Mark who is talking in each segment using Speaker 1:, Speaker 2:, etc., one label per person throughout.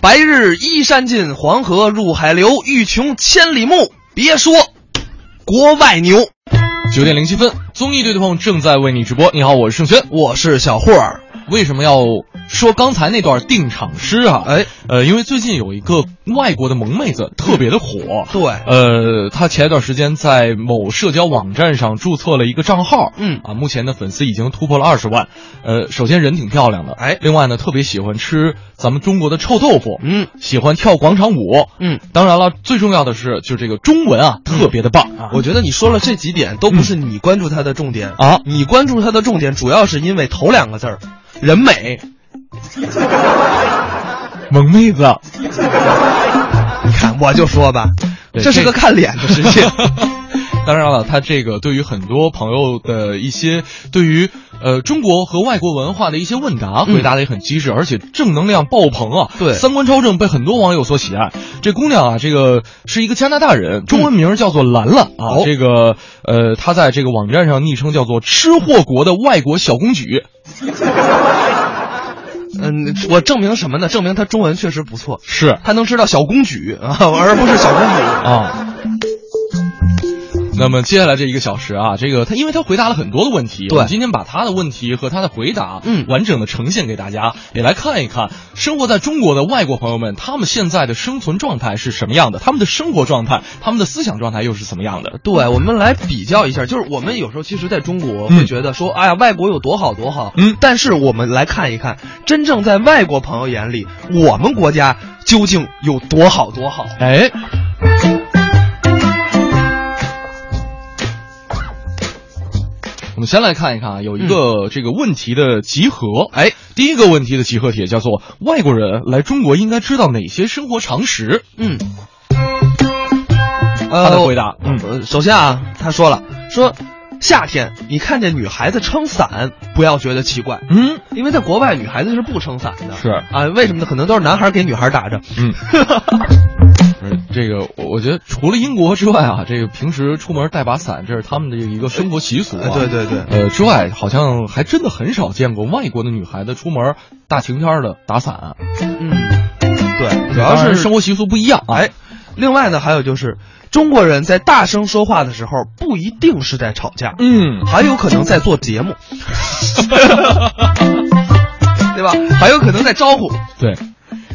Speaker 1: 白日依山尽，黄河入海流。欲穷千里目，别说国外牛。
Speaker 2: 九点零七分，综艺对对碰正在为你直播。你好，我是盛轩。
Speaker 1: 我是小霍儿，
Speaker 2: 为什么要说刚才那段定场诗啊？
Speaker 1: 哎，
Speaker 2: 呃，因为最近有一个外国的萌妹子特别的火。
Speaker 1: 对
Speaker 2: 呃，她前一段时间在某社交网站上注册了一个账号，
Speaker 1: 嗯
Speaker 2: 啊，目前的粉丝已经突破了二十万。呃，首先人挺漂亮的，
Speaker 1: 哎
Speaker 2: 另外呢，特别喜欢吃咱们中国的臭豆腐，
Speaker 1: 嗯
Speaker 2: 喜欢跳广场舞，
Speaker 1: 嗯，
Speaker 2: 当然了，最重要的是，就这个中文啊，特别的棒啊。
Speaker 1: 我觉得你说了这几点都不是你关注他的重点
Speaker 2: 啊
Speaker 1: 你关注他的重点主要是因为头两个字儿，人美。
Speaker 2: 萌妹子，啊
Speaker 1: 你看，我就说吧，
Speaker 2: 对
Speaker 1: 这是个
Speaker 2: 这
Speaker 1: 看脸的世 界。
Speaker 2: 当然了，他这个对于很多朋友的一些对于呃中国和外国文化的一些问答，
Speaker 1: 嗯
Speaker 2: 回答的也很机智，而且正能量爆棚啊！
Speaker 1: 对
Speaker 2: 三观超正，被很多网友所喜爱。这姑娘啊，这个是一个加拿大人，中文名叫做兰兰啊。
Speaker 1: 哦
Speaker 2: 这个呃，她在这个网站上昵称叫做“吃货国的外国小公举
Speaker 1: 嗯，我证明什么呢？证明他中文确实不错”，，
Speaker 2: 是
Speaker 1: 他能知道小公举啊，而不是小公主。
Speaker 2: 啊。那么接下来这一个小时啊，这个他因为他回答了很多的问题，
Speaker 1: 对
Speaker 2: 我们今天把他的问题和他的回答，
Speaker 1: 嗯
Speaker 2: 完整的呈现给大家，也来看一看生活在中国的外国朋友们，他们现在的生存状态是什么样的，他们的生活状态，他们的思想状态又是怎么样的？
Speaker 1: 对，我们来比较一下，就是我们有时候其实在中国
Speaker 2: 嗯
Speaker 1: 会觉得说，哎呀，外国有多好多好，
Speaker 2: 嗯
Speaker 1: 但是我们来看一看，真正在外国朋友眼里，我们国家究竟有多好多好？
Speaker 2: 哎，我们先来看一看啊，有一个这个问题的集合。哎，第一个问题的集合帖叫做“外国人来中国应该知道哪些生活常识
Speaker 1: 嗯，”。
Speaker 2: 他的
Speaker 1: 呃，
Speaker 2: 回答，嗯，
Speaker 1: 呃首先啊，他说了，说夏天你看见女孩子撑伞，不要觉得奇怪，
Speaker 2: 嗯，
Speaker 1: 因为在国外女孩子是不撑伞的。
Speaker 2: 是
Speaker 1: 啊，为什么呢？可能都是男孩给女孩打着。
Speaker 2: 嗯，嗯这个我我觉得除了英国之外啊，这个平时出门带把伞，这是他们的一个生活习俗、啊
Speaker 1: 哎对对对
Speaker 2: 呃，之外好像还真的很少见过外国的女孩子出门大晴天儿的打伞，啊
Speaker 1: 嗯，对，主
Speaker 2: 主
Speaker 1: 要是
Speaker 2: 生活习俗不一样啊。
Speaker 1: 哎，另外呢，还有就是中国人在大声说话的时候，不一定是在吵架，
Speaker 2: 嗯，
Speaker 1: 还有可能在做节 目，对吧？还有可能在招呼、
Speaker 2: 对，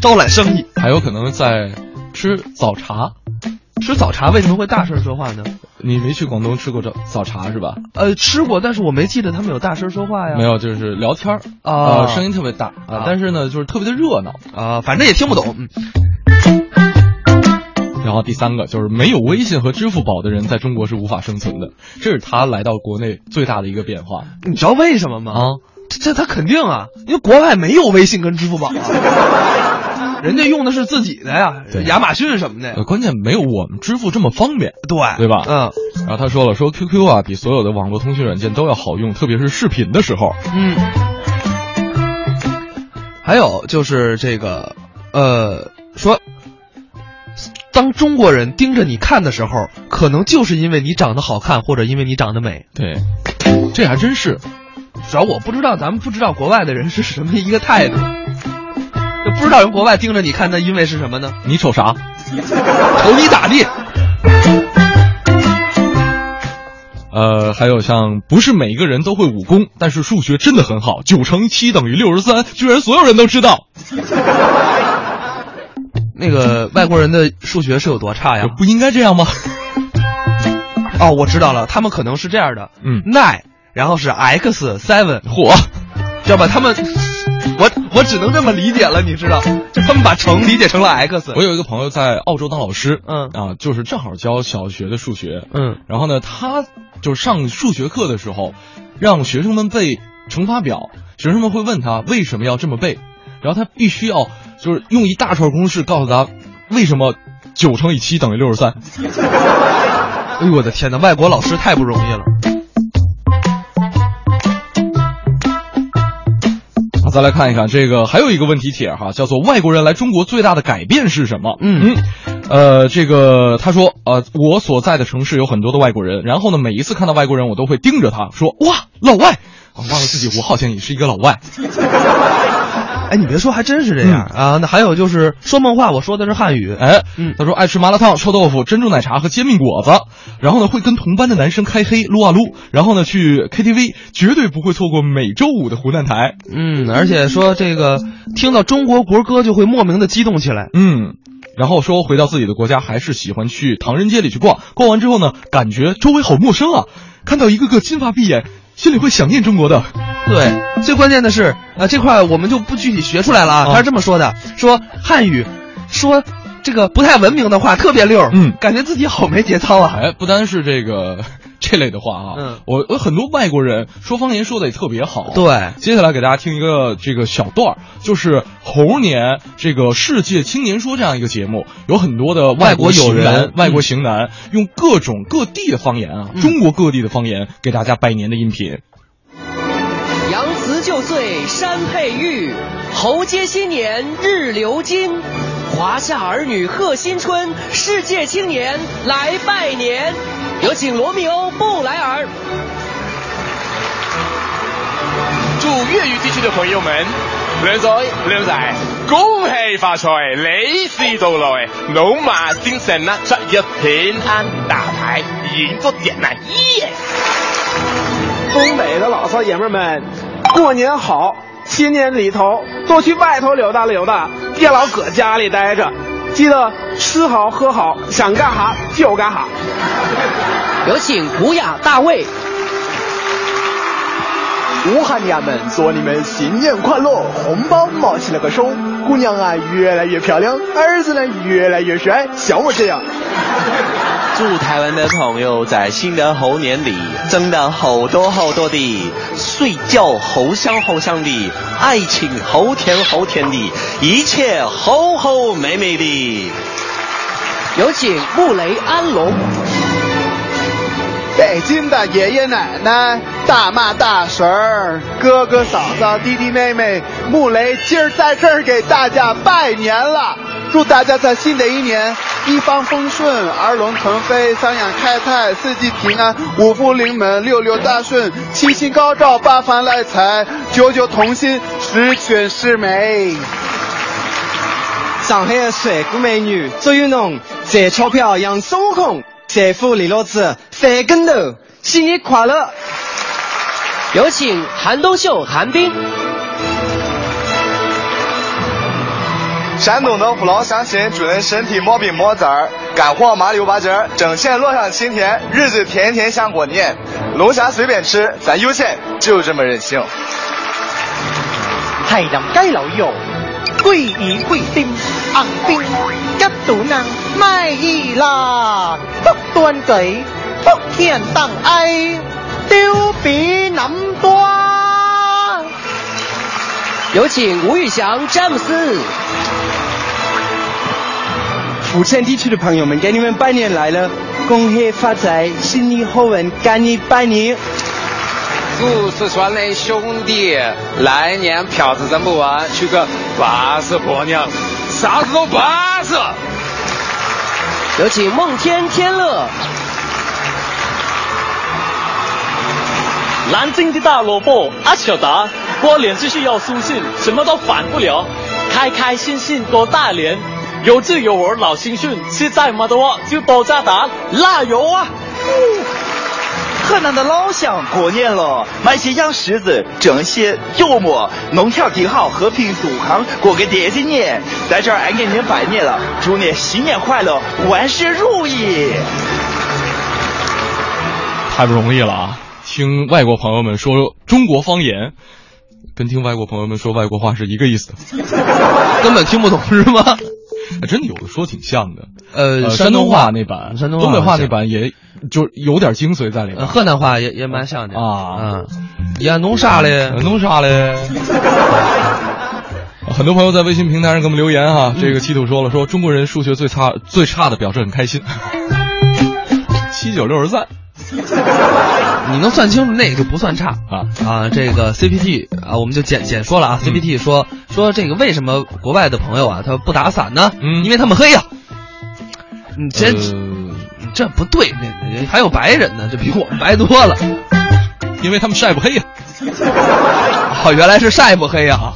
Speaker 1: 招揽生意。
Speaker 2: 还有可能在吃早茶。
Speaker 1: 吃早茶为什么会大声说话呢？
Speaker 2: 你没去广东吃过早早茶是吧？
Speaker 1: 呃，吃过，但是我没记得他们有大声说话呀。
Speaker 2: 没有，就是聊天儿
Speaker 1: 啊
Speaker 2: 呃声音特别大啊、
Speaker 1: 啊
Speaker 2: 但是呢，就是特别的热闹。
Speaker 1: 啊、反正也听不懂。嗯，
Speaker 2: 然后第三个就是没有微信和支付宝的人在中国是无法生存的，这是他来到国内最大的一个变化
Speaker 1: 你知道为什么吗？
Speaker 2: 啊。
Speaker 1: 这这他肯定啊，因为国外没有微信跟支付宝 啊，人家用的是自己的呀
Speaker 2: 对，
Speaker 1: 亚马逊什么的呀
Speaker 2: 呃，。关键没有我们支付这么方便。
Speaker 1: 对
Speaker 2: 对吧
Speaker 1: 嗯
Speaker 2: 然后他说了，说 QQ 啊比所有的网络通讯软件都要好用，特别是视频的时候。
Speaker 1: 嗯。还有就是这个，呃，说，当中国人盯着你看的时候，可能就是因为你长得好看，或者因为你长得美。
Speaker 2: 对，这还真是。
Speaker 1: 主要我不知道，咱们不知道国外的人是什么一个态度，就不知道人国外盯着你看，那因为是什么呢？
Speaker 2: 你瞅啥？
Speaker 1: 瞅你咋地？
Speaker 2: 呃，还有像不是每一个人都会武功，但是数学真的很好，九乘七等于六十三，居然所有人都知道，
Speaker 1: 那个外国人的数学是有多差 呀？
Speaker 2: 不应该这样吗？
Speaker 1: 哦，我知道了，他们可能是这样的，
Speaker 2: 嗯
Speaker 1: ，nine，然后是 x seven，
Speaker 2: 火，
Speaker 1: 知道吧？他们，我我只能这么理解了，你知道？就他们把乘理解成了 x。
Speaker 2: 嗯我有一个朋友在澳洲当老师，
Speaker 1: 嗯
Speaker 2: 啊，就是正好教小学的数学，
Speaker 1: 嗯，
Speaker 2: 然后呢，他就是上数学课的时候，让学生们背乘法表，学生们会问他为什么要这么背，然后他必须要就是用一大串公式告诉他为什么九乘以七等于六十三。
Speaker 1: 哎呦我的天哪，外国老师太不容易了。
Speaker 2: 啊，再来看一看这个，还有一个问题帖哈，叫做“外国人来中国最大的改变是什么？”
Speaker 1: 嗯
Speaker 2: 嗯，呃，这个他说，呃，我所在的城市有很多的外国人，然后呢，每一次看到外国人，我都会哦盯着他说：“哇，老外！”啊，忘了自己，我好像也是一个老外。
Speaker 1: 哎，你别说，还真是这样、啊。那还有就是说梦话，我说的是汉语。
Speaker 2: 哎，
Speaker 1: 嗯
Speaker 2: 他说爱吃麻辣烫、臭豆腐、珍珠奶茶和煎饼果子，然后呢会跟同班的男生开黑撸啊撸，然后呢去 KTV，绝对不会错过每周五的湖南台。
Speaker 1: 嗯，而且说这个听到中国国歌就会莫名的激动起来。
Speaker 2: 嗯，然后说回到自己的国家，还是喜欢去唐人街里去逛，逛完之后呢，感觉周围好陌生啊，看到一个个金发碧眼，心里会想念中国的。
Speaker 1: 对，最关键的是，呃，这块我们就不具体学出来了啊。
Speaker 2: 嗯
Speaker 1: 他是这么说的：说汉语，说这个不太文明的话特别溜儿，
Speaker 2: 嗯
Speaker 1: 感觉自己好没节操啊。
Speaker 2: 哎，不单是这个 这类的话啊，
Speaker 1: 嗯
Speaker 2: 我我很多外国人说方言说的也特别好。。
Speaker 1: 对，
Speaker 2: 接下来给大家听一个这个小段儿，就是猴年这个世界青年说这样一个节目，有很多的
Speaker 1: 外国
Speaker 2: 国
Speaker 1: 友
Speaker 2: 型
Speaker 1: 人
Speaker 2: 男
Speaker 1: 嗯
Speaker 2: 外国型男用各种各地的方言啊，
Speaker 1: 嗯
Speaker 2: 中国各地的方言给大家拜年的音频。
Speaker 3: 洋辞旧岁山佩玉，猴接新年日流金。华夏儿女贺新春，世界青年来拜年。有请罗密欧·布莱尔。
Speaker 4: 祝粤语地区的朋友们，靓仔靓仔，恭喜发财，利是到來，老馬精神啦，出入平安大牌，贏足贏難耶！
Speaker 5: 东北的老少爷们儿们，过年好！新年里头多去外头溜达溜达，别老搁家里待着。记得吃好喝好，想干哈就干哈。
Speaker 3: 有请古雅大卫。
Speaker 6: 武汉娘们祝你们新年快乐，红包冒起了个手，姑娘啊越来越漂亮，儿子呢越来越帅，像我这样。
Speaker 7: 祝台湾的朋友在新的猴年里增长好多好多的睡觉猴香猴香的，爱情猴甜猴甜的，一切猴猴美美的。
Speaker 3: 有请穆雷安龙。
Speaker 6: 北京的爷爷奶奶、大妈大婶儿、哥哥嫂嫂、弟弟妹妹，穆雷今儿在这儿给大家拜年了，祝大家在新的一年一帆风顺、儿龙腾飞、三养开泰、四季平安、五福临门、六六大顺、七星高照、八方来财、九九同心、十全十美。
Speaker 5: 上海的帅哥美女祝愿侬赚钞票养孙红，财富李老子翻跟头，新年快乐！
Speaker 3: 有请韩东秀、韩冰。
Speaker 6: 山东的父老乡亲，祝您身体没病没灾儿，干活麻溜巴结儿，挣钱路上晴天，日子天天像过年。龙虾随便吃，咱有钱就这么任性。
Speaker 8: 系林雞柳肉，居然居店硬邊一肚腩卖艺啦，不端嘴，不天当哎，丢比能多。
Speaker 3: 有请吴玉祥、詹姆斯。
Speaker 5: 福建地区的朋友们，给你们拜年来了，恭喜发财，新年好运，干你拜年！
Speaker 4: 祝四川的兄弟来年票子挣不完，娶个八十婆娘，啥子都八十。
Speaker 3: 有请孟天天乐。
Speaker 9: 南京的大萝卜阿小达，过年就是要舒心，什么都反不了，开开心心过大年，有志有我老新训，现在嘛的话就多加打辣油啊！
Speaker 8: 河南的老乡过年了，买些洋柿子，整些肉末，弄条挺好，和平苏康，过个典型年。在这儿俺给您拜年了，祝您新年快乐，万事如意。
Speaker 2: 太不容易了啊！听外国朋友们说中国方言，跟听外国朋友们说外国话是一个意思的，
Speaker 1: 根本听不懂是吗？
Speaker 2: 哎真的有的说挺像的。
Speaker 1: 呃，
Speaker 2: 呃，
Speaker 1: 山
Speaker 2: 东
Speaker 1: 话
Speaker 2: 那版，
Speaker 1: 山东
Speaker 2: 东北
Speaker 1: 话
Speaker 2: 话
Speaker 1: 好像
Speaker 2: 那版也就有点精髓在里
Speaker 1: 呃
Speaker 2: 面。
Speaker 1: 河南话也也蛮像的
Speaker 2: 啊。
Speaker 1: 嗯，演弄啥嘞？
Speaker 2: 弄啥嘞？很多朋友在微信平台上给我们留言哈、这个七土说了，说中国人数学最差最差的表示很开心， 七九六十三
Speaker 1: 你能算清楚那个就不算差
Speaker 2: 啊，嗯
Speaker 1: 啊，这个 CPT 啊，我们就简简说了啊。CPT 说说这个为什么国外的朋友啊，他不打伞呢？
Speaker 2: 嗯
Speaker 1: 因为他们黑呀。你这、
Speaker 2: 呃
Speaker 1: 这不对，这这还有白人呢，这比我们白多了。
Speaker 2: 因为他们晒不黑呀、
Speaker 1: 哦，原来是晒不黑呀、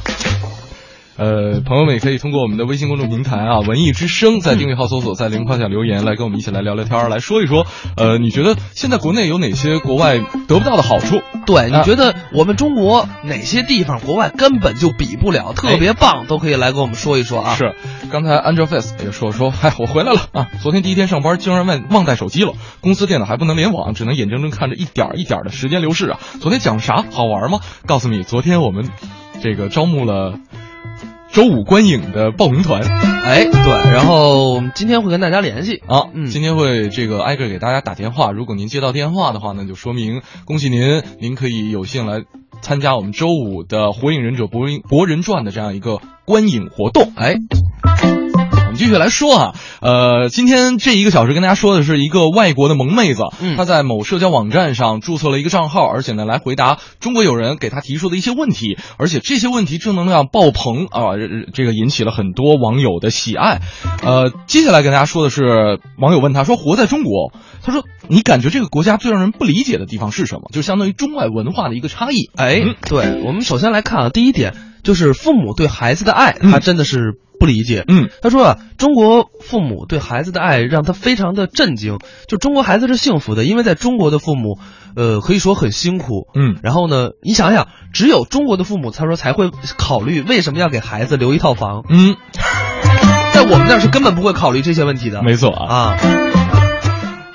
Speaker 2: 呃，朋友们也可以通过我们的微信公众平台啊，文艺之声，在订阅号搜索，在零框下留言，来跟我们一起来聊聊天儿，来说一说，呃，你觉得现在国内有哪些国外得不到的好处？
Speaker 1: 对，你
Speaker 2: 啊
Speaker 1: 觉得我们中国哪些地方国外根本就比不了，特别棒，都可以来跟我们说一说啊。
Speaker 2: 哎是，刚才 Angel Face 也说说，嗨，我回来了啊！昨天第一天上班，竟然忘忘带手机了，公司电脑还不能联网，只能眼睁睁看着一点儿一点儿的时间流逝啊！昨天讲啥？好玩吗？告诉你，昨天我们这个招募了周五观影的报名团
Speaker 1: 哎，对，然后我们今天会跟大家联系。
Speaker 2: 啊，
Speaker 1: 嗯
Speaker 2: 今天会这个挨个给大家打电话，如果您接到电话的话呢，就说明恭喜您，您可以有幸来参加我们周五的《火影忍者博人博人传》的这样一个观影活动。
Speaker 1: 哎，
Speaker 2: 我们继续来说啊，呃，今天这一个小时跟大家说的是一个外国的萌妹子，
Speaker 1: 嗯
Speaker 2: 她在某社交网站上注册了一个账号，而且呢来回答中国友人给她提出的一些问题，而且这些问题正能量爆棚啊、呃这个引起了很多网友的喜爱。呃，接下来跟大家说的是，网友问她说：“活在中国，她说你感觉这个国家最让人不理解的地方是什么？就相当于中外文化的一个差异。”
Speaker 1: 哎，对，我们首先来看啊，第一点就是父母对孩子的爱，他真的是不理解。
Speaker 2: 嗯，
Speaker 1: 他说啊，中国父母对孩子的爱让他非常的震惊。就中国孩子是幸福的，因为在中国的父母，呃，可以说很辛苦。
Speaker 2: 嗯
Speaker 1: 然后呢，你想想，只有中国的父母，他说才会考虑为什么要给孩子留一套房，
Speaker 2: 嗯，
Speaker 1: 在我们那儿是根本不会考虑这些问题的。
Speaker 2: 没错啊。
Speaker 1: 啊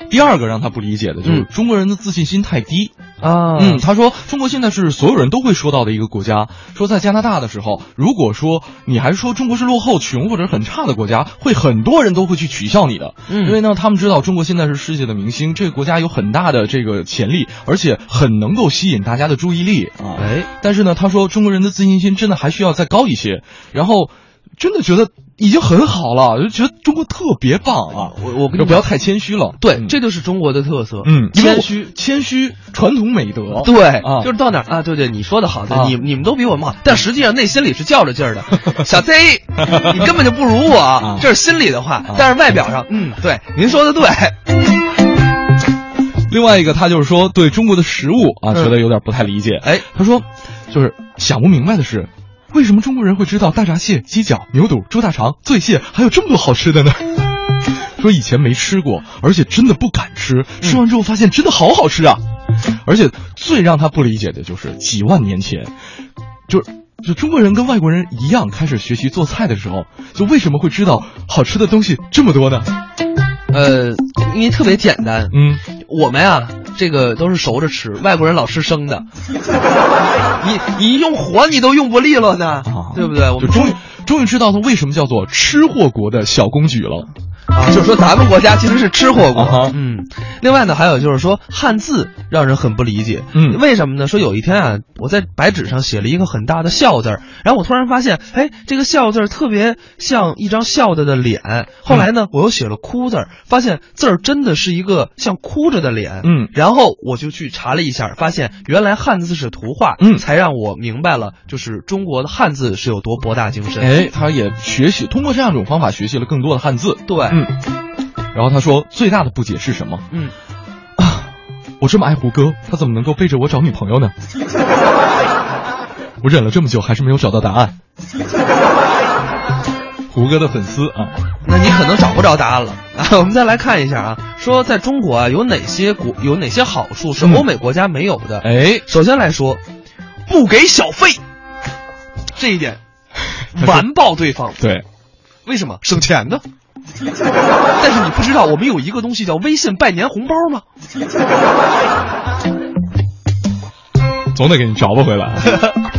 Speaker 2: 第二个让她不理解的就是
Speaker 1: 嗯
Speaker 2: 中国人的自信心太低。
Speaker 1: 啊，
Speaker 2: 嗯，他说中国现在是所有人都会说到的一个国家。说在加拿大的时候，如果说你还说中国是落后、穷或者很差的国家，会很多人都会去取笑你的。
Speaker 1: 嗯
Speaker 2: 因为呢，他们知道中国现在是世界的明星，这个国家有很大的这个潜力，而且很能够吸引大家的注意力啊。
Speaker 1: 哎，
Speaker 2: 但是呢，他说中国人的自信心真的还需要再高一些。然后，真的觉得已经很好了，就觉得中国特别棒啊。
Speaker 1: 我我跟
Speaker 2: 就
Speaker 1: 你
Speaker 2: 不
Speaker 1: 讲，
Speaker 2: 要太谦虚了。
Speaker 1: 对，
Speaker 2: 嗯
Speaker 1: 这就是中国的特色。
Speaker 2: 嗯，
Speaker 1: 谦虚。
Speaker 2: 谦虚，传统美德。
Speaker 1: 对，
Speaker 2: 啊
Speaker 1: 就是到哪儿啊？对对，你说的好，对
Speaker 2: 啊
Speaker 1: 你你们都比我们好，但实际上内心里是较着劲儿 的。小 Z，你根本就不如
Speaker 2: 啊
Speaker 1: 我，这是心里的话，但是外表上，嗯，对，您说 的对，
Speaker 2: 另外一个，他就是说对中国的食物啊，
Speaker 1: 嗯
Speaker 2: 觉得有点不太理解。
Speaker 1: 哎，
Speaker 2: 他说，就是想不明白的是，为什么中国人会知道大闸蟹、鸡脚、牛肚、猪大肠、醉蟹，还有这么多好吃的呢？说以前没吃过，而且真的不敢吃，吃完之后发现真的好好吃啊！而且最让他不理解的就是几万年前，就是。就中国人跟外国人一样，开始学习做菜的时候，就为什么会知道好吃的东西这么多呢？
Speaker 1: 呃，因为特别简单，
Speaker 2: 嗯，
Speaker 1: 我们呀，这个都是熟着吃，外国人老吃生 的，你你用火你都用不利落呢
Speaker 2: 啊，
Speaker 1: 对不对？我
Speaker 2: 就
Speaker 1: 们
Speaker 2: 终于 终于知道它为什么叫做吃货国的小公举 了。
Speaker 1: 啊，就是说咱们国家其实是吃货国。
Speaker 2: 啊哈
Speaker 1: 嗯，另外呢，还有就是说汉字让人很不理解。
Speaker 2: 嗯
Speaker 1: 为什么呢？说有一天啊，我在白纸上写了一个很大的笑字儿，然后我突然发现，哎，这个笑字儿特别像一张笑着的脸。后来
Speaker 2: 嗯
Speaker 1: 呢，我又写了哭字儿，发现字儿真的是一个像哭着的脸。
Speaker 2: 嗯
Speaker 1: 然后我就去查了一下，发现原来汉字是图画。
Speaker 2: 嗯
Speaker 1: 才让我明白了，就是中国的汉字是有多博大精深。
Speaker 2: 哎，他也学习通过这样一种方法学习了更多的汉字。
Speaker 1: 对，
Speaker 2: 嗯，然后他说最大的不解是什么？啊
Speaker 1: 嗯
Speaker 2: 我这么爱胡歌，他怎么能够背着我找女朋友呢？我忍了这么久，还是没有找到答案。胡歌的粉丝啊，
Speaker 1: 那你可能找不着答案了。啊， 我们再来看一下啊，说在中国啊有哪些国有哪些好处是
Speaker 2: 嗯
Speaker 1: 欧美国家没有的？
Speaker 2: 哎，
Speaker 1: 首先来说，不给小费，这一点完爆对方。
Speaker 2: 对，
Speaker 1: 为什么？省钱的。但是你不知道，我们有一个东西叫微信拜年红包吗？
Speaker 2: 总得给你找不回来 啊。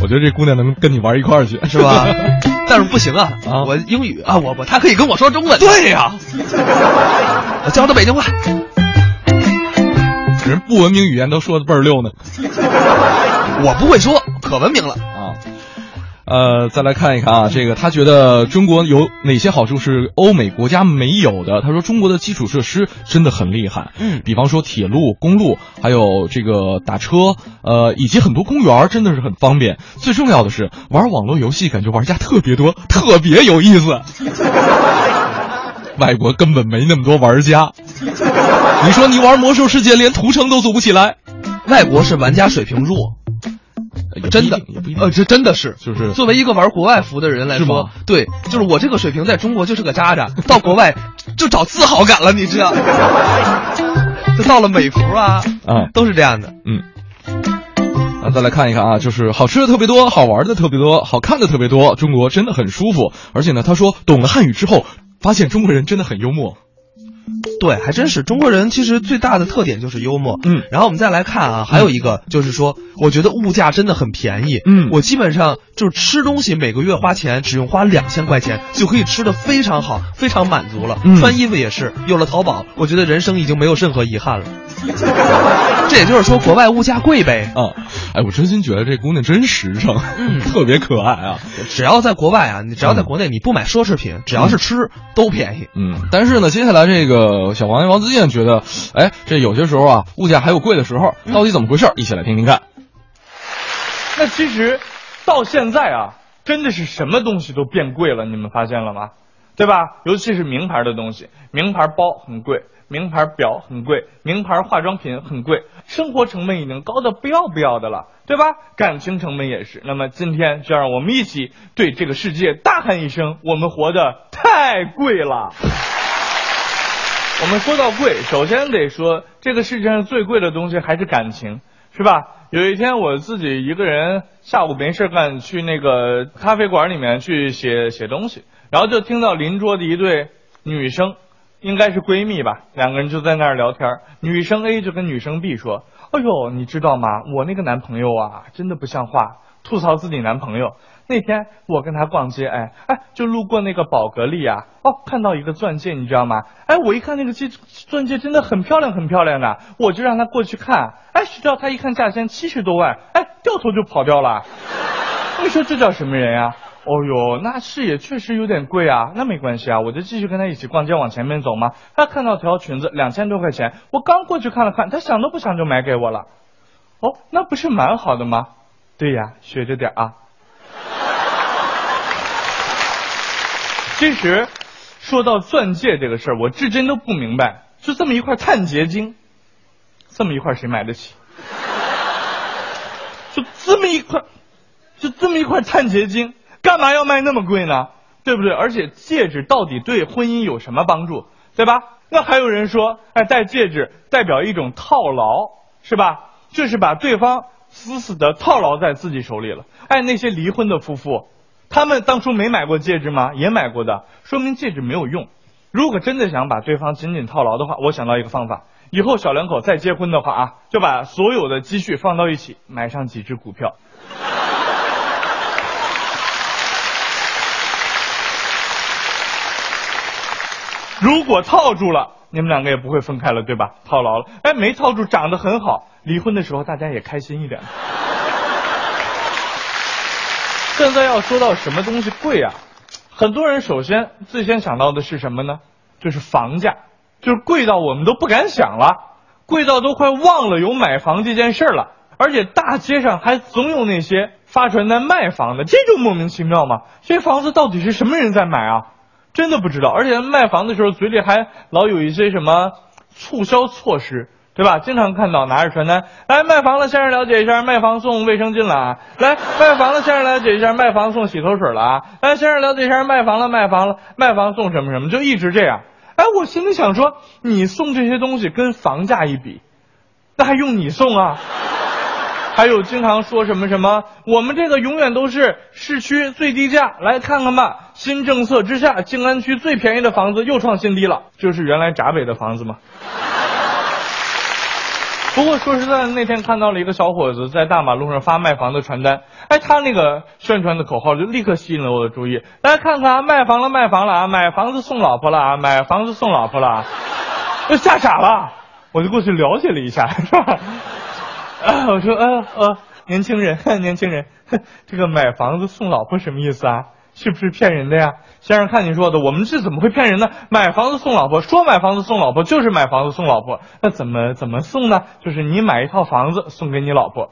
Speaker 2: 我觉得这姑娘能跟你玩一块儿去，
Speaker 1: 是吧？ 但是不行啊，
Speaker 2: 啊
Speaker 1: 我英语啊，我我他可以跟我说中文。对呀、我 教他北京话。
Speaker 2: 人不文明语言都说的倍儿溜呢。
Speaker 1: 我不会说，可文明了。
Speaker 2: 啊。呃，再来看一看啊，这个他觉得中国有哪些好处是欧美国家没有的？他说中国的基础设施真的很厉害，
Speaker 1: 嗯
Speaker 2: 比方说铁路、公路，还有这个打车，呃，以及很多公园儿真的是很方便。最重要的是，玩网络游戏感觉玩家特别多，特别有意 思。外国根本没那么多玩家，你说你玩魔兽世界连屠城都组不起来，
Speaker 1: 外国是玩家水平弱，
Speaker 2: 也不一定
Speaker 1: 真的
Speaker 2: 也不一，定
Speaker 1: 呃，这真的是，
Speaker 2: 就是
Speaker 1: 作为一个玩国外服的人来
Speaker 2: 嗯是
Speaker 1: 说
Speaker 2: 吗，
Speaker 1: 对，就是我这个水平在中国就是个渣渣，到国外就找自豪感了，你知道？ 就到了美服啊，
Speaker 2: 啊
Speaker 1: 都是这样的。
Speaker 2: 嗯。啊，再来看一看啊，就是好吃的特别多，好玩的特别多，好看的特别多，中国真的很舒服。而且呢，他说懂了汉语之后，发现中国人真的很幽默。
Speaker 1: 对，还真是中国人其实最大的特点就是幽默。
Speaker 2: 嗯
Speaker 1: 然后我们再来看啊，还有一个就是说，我觉得物价真的很便宜。
Speaker 2: 嗯
Speaker 1: 我基本上就是吃东西每个月花钱，只用花两千块钱就可以吃的非常好，非常满足了。
Speaker 2: 嗯
Speaker 1: 穿衣服也是，有了淘宝，我觉得人生已经没有任何遗 憾了。这也就是说，国外物价贵呗。
Speaker 2: 啊，哎，我真心觉得这姑娘真实诚，
Speaker 1: 嗯
Speaker 2: 特别可爱啊。
Speaker 1: 只要在国外啊，你只要在国内，你不买奢侈品，只要是吃都便宜。
Speaker 2: 嗯，但是呢，接下来这个小王王自健觉得，哎，这有些时候啊，物价还有贵的时候，到底怎么回事儿？一起来听听看。
Speaker 10: 那其实到现在啊，真的是什么东西都变贵了，你们发现了吗？对吧？尤其是名牌的东西，名牌包很贵，名牌表很贵，名牌化妆品很贵，生活成本已经高的不要不要的了，对吧？感情成本也是。那么今天就让我们一起对这个世界大喊一声：我们活得太贵了！我们说到贵，首先得说这个世界上最贵的东西还是感情，是吧？有一天我自己一个人下午没事干，去那个咖啡馆里面去写写东西，然后就听到邻桌的一对女生，应该是闺蜜吧，两个人就在那儿聊天儿。女生 A 就跟女生 B 说：“哎呦，你知道吗？我那个男朋友啊，真的不像话。”吐槽自己男朋友。那天我跟他逛街，哎哎，就路过那个宝格丽啊，哦，看到一个钻戒，你知道吗？哎，我一看那个戒钻戒真的很漂亮，很漂亮的，我就让他过去看。哎，谁知道他一看价钱七十多万，哎，掉头就跑掉了。 你说这叫什么人呀、哦呦，那是也确实有点贵啊。那没关系啊，我就继续跟他一起逛街往前面走嘛。他看到条裙子两千多块钱，我刚过去看了看，他想都不想就买给我了。哦，那不是蛮好的吗？对呀，学着点啊。 其实，说到钻戒这个事儿，我至今都不明白，就这么一块碳结晶，这么一块谁买得起？ 就这么一块，就这么一块碳结晶，干嘛要卖那么贵呢？对不对？而且戒指到底对婚姻有什么帮助？对吧？那还有人说，哎，戴戒指代表一种套牢，是吧？这是把对方死死的套牢在自己手里了。哎，那些离婚的夫妇，他们当初没买过戒指吗？也买过的，说明戒指没有用。如果真的想把对方紧紧套牢的话，我想到一个方法，以后小两口再结婚的话啊，就把所有的积蓄放到一起，买上几只股票。如果套住了，你们两个也不会分开了，对吧？套牢了，哎，没套住，长得很好，离婚的时候大家也开心一点。现在要说到什么东西贵啊，很多人首先最先想到的是什么呢？就是房价，就是贵到我们都不敢想了，贵到都快忘了有买房这件事儿了。而且大街上还总有那些发传单卖房的，这就莫名其妙嘛。这房子到底是什么人在买啊？真的不知道。而且卖房的时候嘴里还老有一些什么促销措施，对吧？经常看到拿着传单，来卖房了，先生了解一下，卖房送卫生巾了啊！来卖房了，先生了解一下，卖房送洗头水了啊！来先生了解一下，卖房了，卖房了，卖房送什么什么，就一直这样。哎，我心里想说，你送这些东西跟房价一比，那还用你送啊？还有经常说什么什么，我们这个永远都是市区最低价，来看看吧。新政策之下，静安区最便宜的房子又创新低了，就是原来闸北的房子嘛。不过说实在的，那天看到了一个小伙子在大马路上发卖房的传单，哎，他那个宣传的口号就立刻吸引了我的注意。来看看啊，卖房了，卖房了啊，买房子送老婆了啊，买房子送老婆了啊，我吓傻了，我就过去了解了一下，是吧？啊，我说，呃呃，年轻人， 年轻人，哼这个买房子送老婆什么意思啊？是不是骗人的呀？先生，看你说的，我们这怎么会骗人呢？买房子送老婆，说买房子送老婆就是买房子送老婆，那怎么怎么送呢？就是你买一套房子送给你老婆。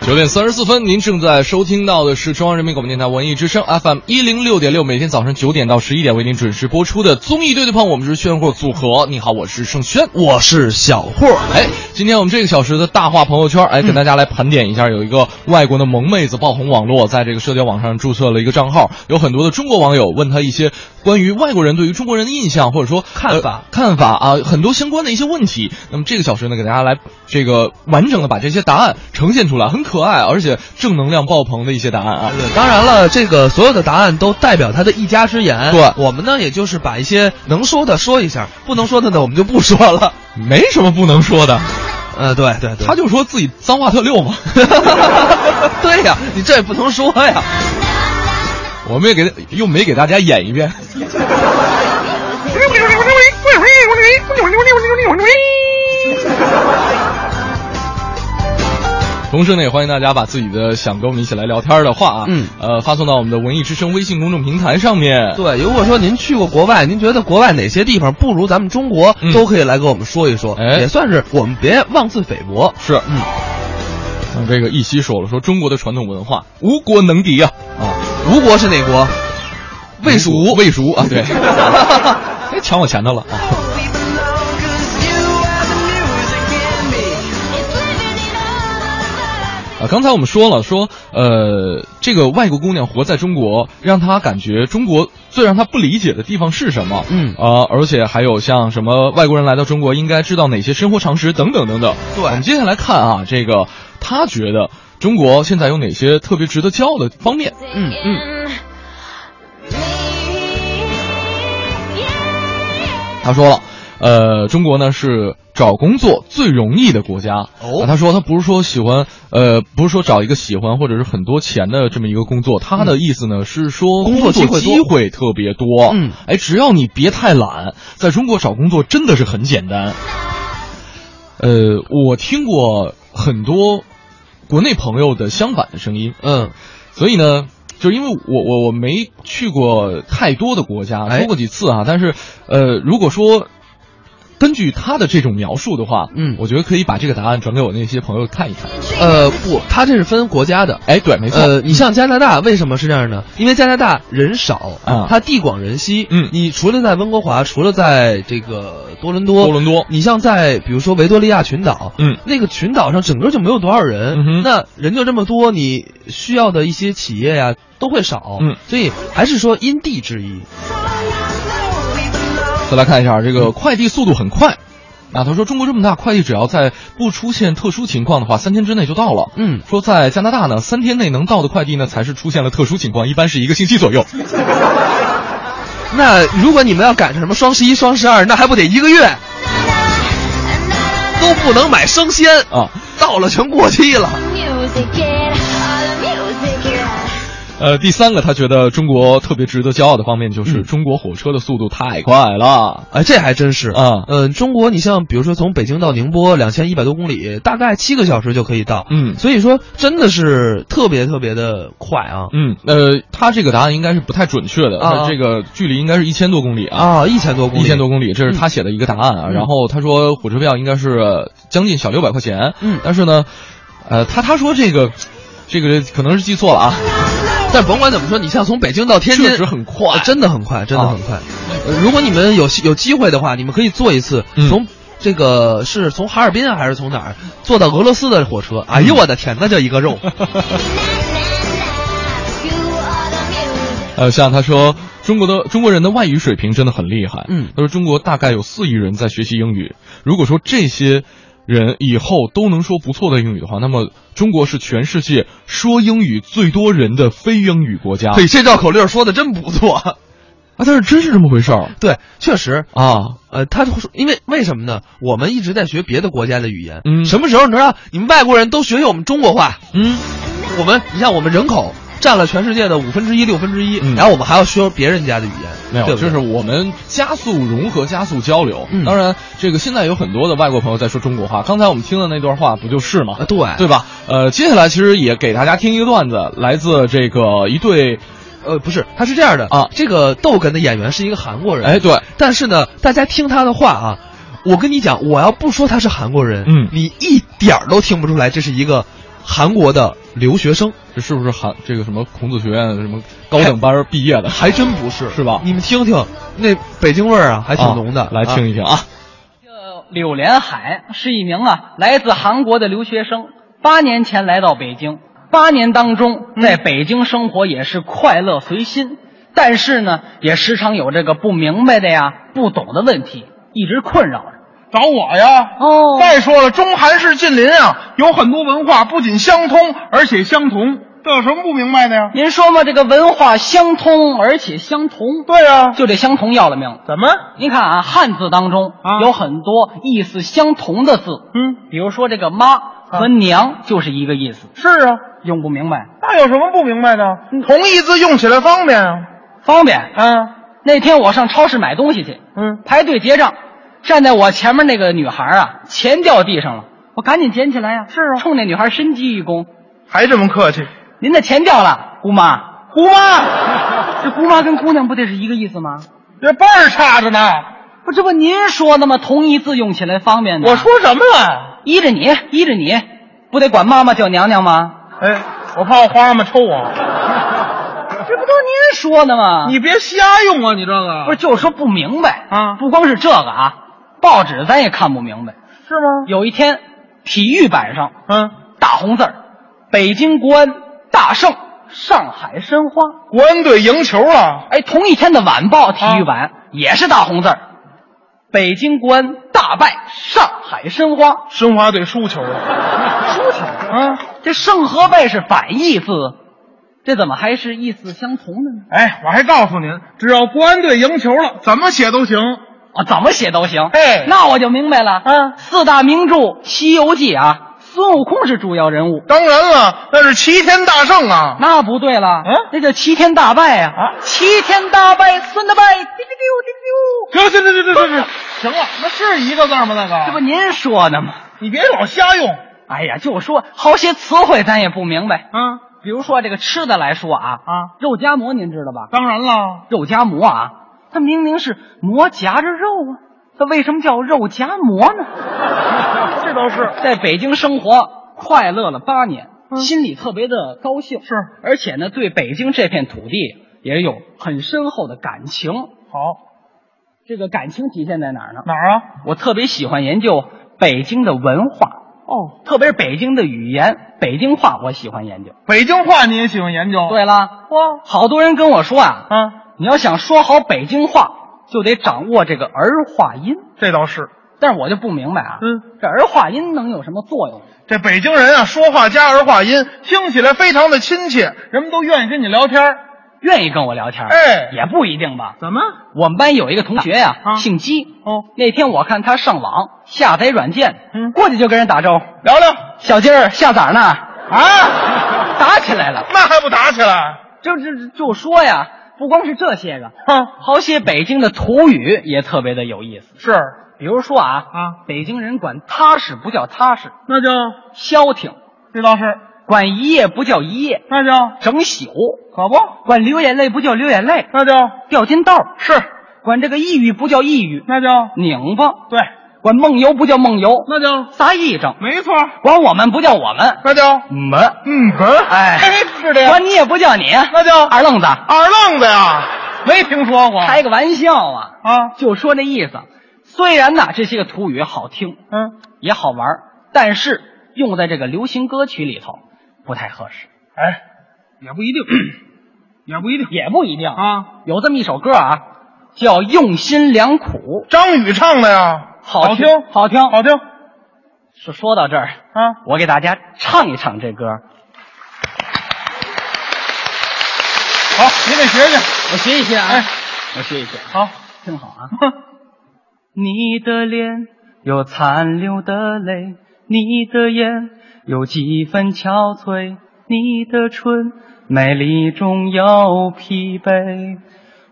Speaker 2: 九点三十四分，您正在收听到的是中央人民广播电台文艺之声 FM 一零六点六，每天早上九点到十一点为您准时播出的综艺对对碰，我们是炫货组合。你好，我是盛轩，
Speaker 1: 我是小霍。
Speaker 2: 哎，今天我们这个小时的大话朋友圈， 哎，跟大家来盘点一下，有一个外国的萌妹子爆红网络，在这个社交网上注册了一个账号，有很多的中国网友问她一些关于外国人对于中国人的印象或者说
Speaker 1: 看法、
Speaker 2: 呃看法啊，很多相关的一些问题。那么这个小时呢，给大家来这个完整的把这些答案呈现出来，很可爱而且正能量爆棚的一些答案啊。
Speaker 1: 当然了，这个所有的答案都代表他的一家之言。
Speaker 2: 对
Speaker 1: 我们呢，也就是把一些能说的说一下，不能说的呢，我们就不说了。
Speaker 2: 没什么不能说的，
Speaker 1: 呃，对对对，
Speaker 2: 他就说自己脏话特溜嘛。
Speaker 1: 对呀，你这也不能说呀。
Speaker 2: 我们也给又没给大家演一遍。同时呢，也欢迎大家把自己的想跟我们一起来聊天的话啊，
Speaker 1: 嗯
Speaker 2: 呃，发送到我们的文艺之声微信公众平台上面。
Speaker 1: 对，如果说您去过国外，您觉得国外哪些地方不如咱们中国，
Speaker 2: 嗯
Speaker 1: 都可以来跟我们说一说，
Speaker 2: 哎
Speaker 1: 也算是我们别妄自菲薄。
Speaker 2: 是，嗯，那这个一夕说了，说中国的传统文化无国能敌啊，啊，
Speaker 1: 吴国是哪 国？嗯
Speaker 2: 魏蜀吴，魏蜀吴啊，对，哎，抢我钱的了啊。啊，刚才我们说了，说呃，这个外国姑娘活在中国，让她感觉中国最让她不理解的地方是什么？
Speaker 1: 嗯
Speaker 2: 啊、而且还有像什么外国人来到中国应该知道哪些生活常识等等等等。
Speaker 1: 对
Speaker 2: 我们接下来看啊，这个她觉得中国现在有哪些特别值得骄傲的方面？
Speaker 1: 嗯
Speaker 11: 嗯。
Speaker 2: 他说了，呃，中国呢是找工作最容易的国家。
Speaker 1: 哦
Speaker 2: 啊他说他不是说喜欢，呃，不是说找一个喜欢或者是很多钱的这么一个工作，他的意思呢是说
Speaker 1: 嗯工作
Speaker 2: 作
Speaker 1: 机会多
Speaker 2: 机会特别多。
Speaker 1: 嗯，
Speaker 2: 哎，只要你别太懒，在中国找工作真的是很简单。呃，我听过很多国内朋友的相反的声音，
Speaker 1: 嗯，
Speaker 2: 所以呢，就是因为我我我没去过太多的国家，
Speaker 1: 哎
Speaker 2: 说过几次啊，但是呃，如果说根据他的这种描述的话，
Speaker 1: 嗯
Speaker 2: 我觉得可以把这个答案转给我那些朋友看一看。
Speaker 1: 呃，不，它这是分国家的。
Speaker 2: 哎，对，没错，
Speaker 1: 呃，你像加拿大为什么是这样呢？因为加拿大人少
Speaker 2: 啊
Speaker 1: 它地广人稀。
Speaker 2: 嗯
Speaker 1: 你除了在温哥华，除了在这个多伦多，
Speaker 2: 多伦多
Speaker 1: 你像在比如说维多利亚群岛，
Speaker 2: 嗯，
Speaker 1: 那个群岛上整个就没有多少人，
Speaker 2: 嗯哼
Speaker 1: 那人就这么多，你需要的一些企业呀、都会少，
Speaker 2: 嗯，
Speaker 1: 所以还是说因地制宜。
Speaker 2: 再来看一下这个快递速度很快。啊，他说中国这么大，快递只要在不出现特殊情况的话，三天之内就到了。
Speaker 1: 嗯
Speaker 2: 说在加拿大呢，三天内能到的快递呢，才是出现了特殊情况，一般是一个星期左右。
Speaker 1: 那如果你们要赶上什么双十一、双十二，那还不得一个月？都不能买生鲜
Speaker 2: 啊，
Speaker 1: 到了全过期了。
Speaker 2: 呃，第三个，他觉得中国特别值得骄傲的方面
Speaker 1: 嗯
Speaker 2: 就是中国火车的速度太快了。
Speaker 1: 哎，这还真是
Speaker 2: 啊
Speaker 1: 嗯、中国，你像比如说从北京到宁波两千一百多公里，大概七个小时就可以到。
Speaker 2: 嗯
Speaker 1: 所以说真的是特别特别的快啊！
Speaker 2: 嗯，呃，他这个答案应该是不太准确的，
Speaker 1: 啊
Speaker 2: 他这个距离应该是一千多公里啊。
Speaker 1: 啊，一千多公里，
Speaker 2: 一千多公里，这是他写的一个答案啊。
Speaker 1: 嗯
Speaker 2: 然后他说火车票应该是将近小六百块钱，
Speaker 1: 嗯
Speaker 2: 但是呢，呃，他他说这个，这个可能是记错了 啊。
Speaker 1: 但甭管怎么说，你像从北京到天津，
Speaker 2: 确实很快啊
Speaker 1: 呃真的很快，真的很快。呃如果你们有有机会的话，你们可以坐一次，
Speaker 2: 嗯
Speaker 1: 从这个是从哈尔滨啊还是从哪儿坐到俄罗斯的火车？
Speaker 2: 嗯
Speaker 1: 哎呦我的天，那叫一个肉！
Speaker 2: 啊呃，像他说，中国的中国人的外语水平真的很厉害。
Speaker 1: 嗯
Speaker 2: 他说中国大概有四亿人在学习英语。如果说这些人以后都能说不错的英语的话，那么中国是全世界说英语最多人的非英语国家。
Speaker 1: 对，这绕口令说的真不 错。
Speaker 2: 啊，但是真是这么回事儿
Speaker 1: 对，确实，
Speaker 2: 啊。
Speaker 1: 呃，他就说，因为为什么呢？我们一直在学别的国家的语言，
Speaker 2: 嗯
Speaker 1: 什么时候能让你们外国人都学学我们中国话？
Speaker 2: 嗯，
Speaker 1: 我们，你像我们人口占了全世界的五分之一、六分之一，
Speaker 2: 嗯
Speaker 1: 然后我们还要学别人家的语言，
Speaker 2: 没有，
Speaker 1: 对不
Speaker 2: 就
Speaker 1: 对
Speaker 2: 是我们加速融合、加速交流。
Speaker 1: 嗯
Speaker 2: 当然，这个现在有很多的外国朋友在说中国话。刚才我们听的那段话不就是吗？
Speaker 1: 啊，对，
Speaker 2: 对吧？呃，接下来其实也给大家听一个段子，来自这个一对，
Speaker 1: 呃，不是，他是这样的
Speaker 2: 啊
Speaker 1: 这个逗哏的演员是一个韩国人，
Speaker 2: 哎，，对，
Speaker 1: 但是呢，大家听他的话啊，我跟你讲，我要不说他是韩国人，
Speaker 2: 嗯
Speaker 1: 你一点儿都听不出来这是一个韩国的留学生，
Speaker 2: 这是不是韩这个什么孔子学院什么高等班毕业的？
Speaker 1: 还真不是，
Speaker 2: 是吧？
Speaker 1: 你们听听，那北京味儿啊，还挺浓的。
Speaker 2: 啊啊来听一听啊。
Speaker 11: 柳连海是一名啊来自韩国的留学生，八年前来到北京。八年当中，在北京生活也是快乐随心，但是呢，也时常有这个不明白的呀、不懂的问题，一直困扰着。
Speaker 12: 找我呀！
Speaker 11: 哦
Speaker 12: 再说了，中韩是近邻啊，有很多文化不仅相通，而且相同，这有什么不明白的呀？
Speaker 11: 您说嘛，这个文化相通而且相同。
Speaker 12: 对啊呀、
Speaker 11: 就这相同要了命。
Speaker 12: 怎么？
Speaker 11: 您看啊，汉字当中有很多意思相同的字，
Speaker 12: 啊嗯，啊
Speaker 11: 比如说这个“妈”和“娘”就是一个意思，
Speaker 12: 是啊，
Speaker 11: 用不明白。
Speaker 12: 那有什么不明白的？同义字用起来方便啊。
Speaker 11: 方便。
Speaker 12: 嗯，
Speaker 11: 那天我上超市买东西去，
Speaker 12: 嗯，
Speaker 11: 排队结账，站在我前面那个女孩啊，钱掉地上了，我赶紧捡起来呀、是啊，冲那女孩深鞠一躬，
Speaker 12: 还这么客气，
Speaker 11: 您的钱掉了，姑妈。
Speaker 12: 姑妈，
Speaker 11: 这姑妈跟姑娘不得是一个意思吗？
Speaker 12: 这辈儿差着呢。
Speaker 11: 不，这不您说的吗？同义字用起来方便呢。
Speaker 12: 我说什么了？
Speaker 11: 依着你，依着你，不得管妈妈叫娘娘吗？
Speaker 12: 哎，我怕我花妈抽我。
Speaker 11: 这不都是您说的吗？
Speaker 12: 你别瞎用啊，你这个
Speaker 11: 不是就是说不明白
Speaker 12: 啊
Speaker 11: 不光是这个啊，报纸咱也看不明白。
Speaker 12: 是吗？
Speaker 11: 有一天，体育版上
Speaker 12: 嗯，
Speaker 11: 大红字儿，北京国安大胜上海申花。
Speaker 12: 国安队赢球啊了。
Speaker 11: 哎，同一天的晚报体育
Speaker 12: 啊
Speaker 11: 版、也是大红字儿，北京国安大败上海申花。
Speaker 12: 申花队输球了，
Speaker 11: 输球
Speaker 12: 啊！
Speaker 11: 这胜和败是反义字，这怎么还是意思相同的呢？
Speaker 12: 哎，我还告诉您，只要国安队赢球了，怎么写都行。
Speaker 11: 啊，怎么写都行。
Speaker 12: 哎
Speaker 11: 那我就明白了。
Speaker 12: 嗯
Speaker 11: 四大名著《西游记》啊，孙悟空是主要人物。
Speaker 12: 当然了，那是齐天大圣啊！
Speaker 11: 那不对了，
Speaker 12: 嗯
Speaker 11: 那叫齐天大败呀、
Speaker 12: 啊
Speaker 11: 齐天大败，孙大败，滴滴丢滴
Speaker 12: 行行行行行行行，行了，那是一个字吗？那
Speaker 11: 丢，这
Speaker 12: 个，
Speaker 11: 不您说的吗？
Speaker 12: 你别老瞎用
Speaker 11: 哎呀，就说好些词汇咱也不明白，
Speaker 12: 啊！
Speaker 11: 比如说这个吃的来说啊
Speaker 12: 啊，
Speaker 11: 肉夹馍您知道吧？
Speaker 12: 当然了，
Speaker 11: 肉夹馍啊，它明明是馍夹着肉啊，它为什么叫肉夹馍呢？
Speaker 12: 这倒是嗯
Speaker 11: 在北京生活快乐了八年，心里特别的高兴，是，而且呢，对北京这片土地也有很深厚的感情。
Speaker 12: 好
Speaker 11: 这个感情体现在哪儿呢？
Speaker 12: 哪儿啊？
Speaker 11: 我特别喜欢研究北京的文化，
Speaker 12: 哦，
Speaker 11: 特别是北京的语言，北京话我喜欢研究。
Speaker 12: 北京话你也喜欢研究？
Speaker 10: 啊
Speaker 11: 对了，
Speaker 12: 哦哇
Speaker 11: 好多人跟我说啊，
Speaker 12: 啊，
Speaker 11: 你要想说好北京话，就得掌握这个儿化音。
Speaker 12: 这倒是。
Speaker 11: 但是我就不明白啊，
Speaker 12: 嗯，
Speaker 11: 这儿化音能有什么作用？
Speaker 12: 这北京人啊，说话加儿化音，听起来非常的亲切，人们都愿意跟你聊天儿。
Speaker 11: 愿意跟我聊天儿，
Speaker 12: 哎
Speaker 11: 也不一定吧。
Speaker 12: 怎么？
Speaker 11: 我们班有一个同学呀、
Speaker 12: 啊
Speaker 11: 姓姬。
Speaker 12: 哦，
Speaker 11: 那天我看他上网下载软件，
Speaker 12: 嗯
Speaker 11: 过去就跟人打招呼
Speaker 12: 聊聊：“
Speaker 11: 小鸡儿下崽呢
Speaker 12: 啊？”？
Speaker 11: 打起来了。
Speaker 12: 那还不打起来？
Speaker 11: 就就就说呀，不光是这些个，
Speaker 12: 哼，
Speaker 11: 好些北京的土语也特别的有意思。
Speaker 12: 是，
Speaker 11: 比如说啊，
Speaker 12: 啊，
Speaker 11: 北京人管踏实不叫踏实，
Speaker 12: 那就
Speaker 11: 消停；
Speaker 12: 这倒是，
Speaker 11: 管一夜不叫一夜，
Speaker 12: 那就
Speaker 11: 整宿；
Speaker 12: 可不，
Speaker 11: 管流眼泪不叫流眼泪，
Speaker 12: 那就
Speaker 11: 掉金豆；
Speaker 12: 是，
Speaker 11: 管这个抑郁不叫抑郁，
Speaker 12: 那就
Speaker 11: 拧巴；
Speaker 12: 对，
Speaker 11: 管梦游不叫梦游，
Speaker 12: 那就
Speaker 11: 仨癔症；
Speaker 12: 没错，
Speaker 11: 管我们不叫我们，
Speaker 12: 那就
Speaker 11: 们。
Speaker 12: 嗯哼，
Speaker 11: 哎
Speaker 12: 嘿 是的呀，
Speaker 11: 管你也不叫你，
Speaker 12: 那叫
Speaker 11: 二愣子，
Speaker 12: 二愣子呀，没听说过
Speaker 11: 开个玩笑啊，
Speaker 12: 啊？
Speaker 11: 就说那意思。虽然呐，这些个土语好听，
Speaker 12: 嗯，
Speaker 11: 也好玩儿，但是用在这个流行歌曲里头不太合适，
Speaker 12: 哎，也不一 定，也不一定
Speaker 11: 也不一定。
Speaker 12: 啊。
Speaker 11: 有这么一首歌啊，叫《用心良苦
Speaker 12: 张宇唱的呀，》，
Speaker 11: 好
Speaker 12: 听，
Speaker 11: 好听。
Speaker 12: 好听
Speaker 11: 说说到这儿，
Speaker 12: 啊！
Speaker 11: 我给大家唱一唱这歌，
Speaker 12: 好，您得学学。
Speaker 11: 我学一学啊，
Speaker 12: 哎
Speaker 11: 我学一学啊。
Speaker 12: 好，
Speaker 11: 听好啊！ 你的脸有残留的泪，你的眼有几分憔悴，你的唇美丽中有疲惫。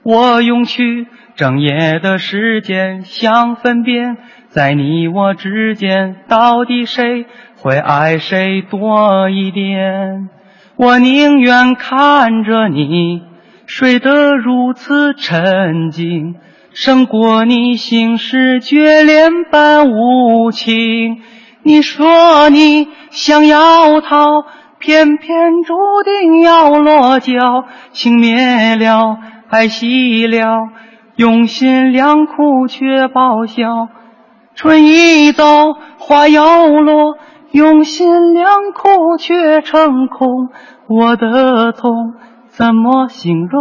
Speaker 11: 我用去整夜的时间，想分辨在你我之间，到底谁会爱谁多一点。我宁愿看着你睡得如此沉静，胜过你心事决恋般无情。你说你想要逃，偏偏注定要落脚。情灭了，爱熄了，用心良苦却报销。春已走，花又落，用心良苦却成空。我的痛怎么形容？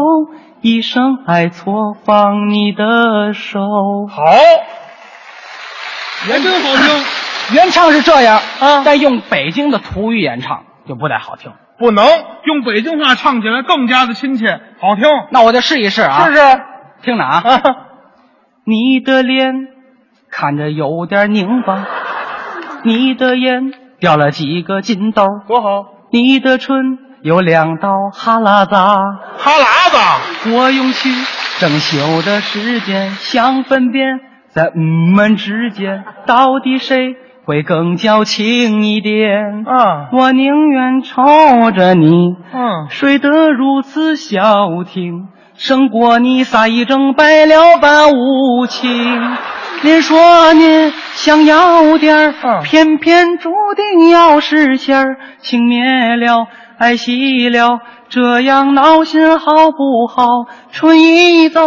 Speaker 11: 一生爱错放你的手。好，
Speaker 13: 原真好听。原唱是这样啊，但用北京的土语演唱就不太好听。
Speaker 14: 不能用北京话唱起来更加的亲切好听。
Speaker 13: 那我就试一试啊，
Speaker 14: 试试。
Speaker 13: 听着啊，
Speaker 11: 你的脸看着有点拧巴，你的眼掉了几个金豆，多好。你的唇有两道哈喇子，啊哈喇子。我用去整宿的时间想分辨，在我们之间到底谁会更矫情一点？啊，我宁愿瞅着你。
Speaker 14: 嗯，
Speaker 11: 睡得如此消停，胜过你撒一整白了半无情。您说您想要点儿，偏偏注定要是馅儿。情灭了，爱熄了，这样闹心好不好？春已走，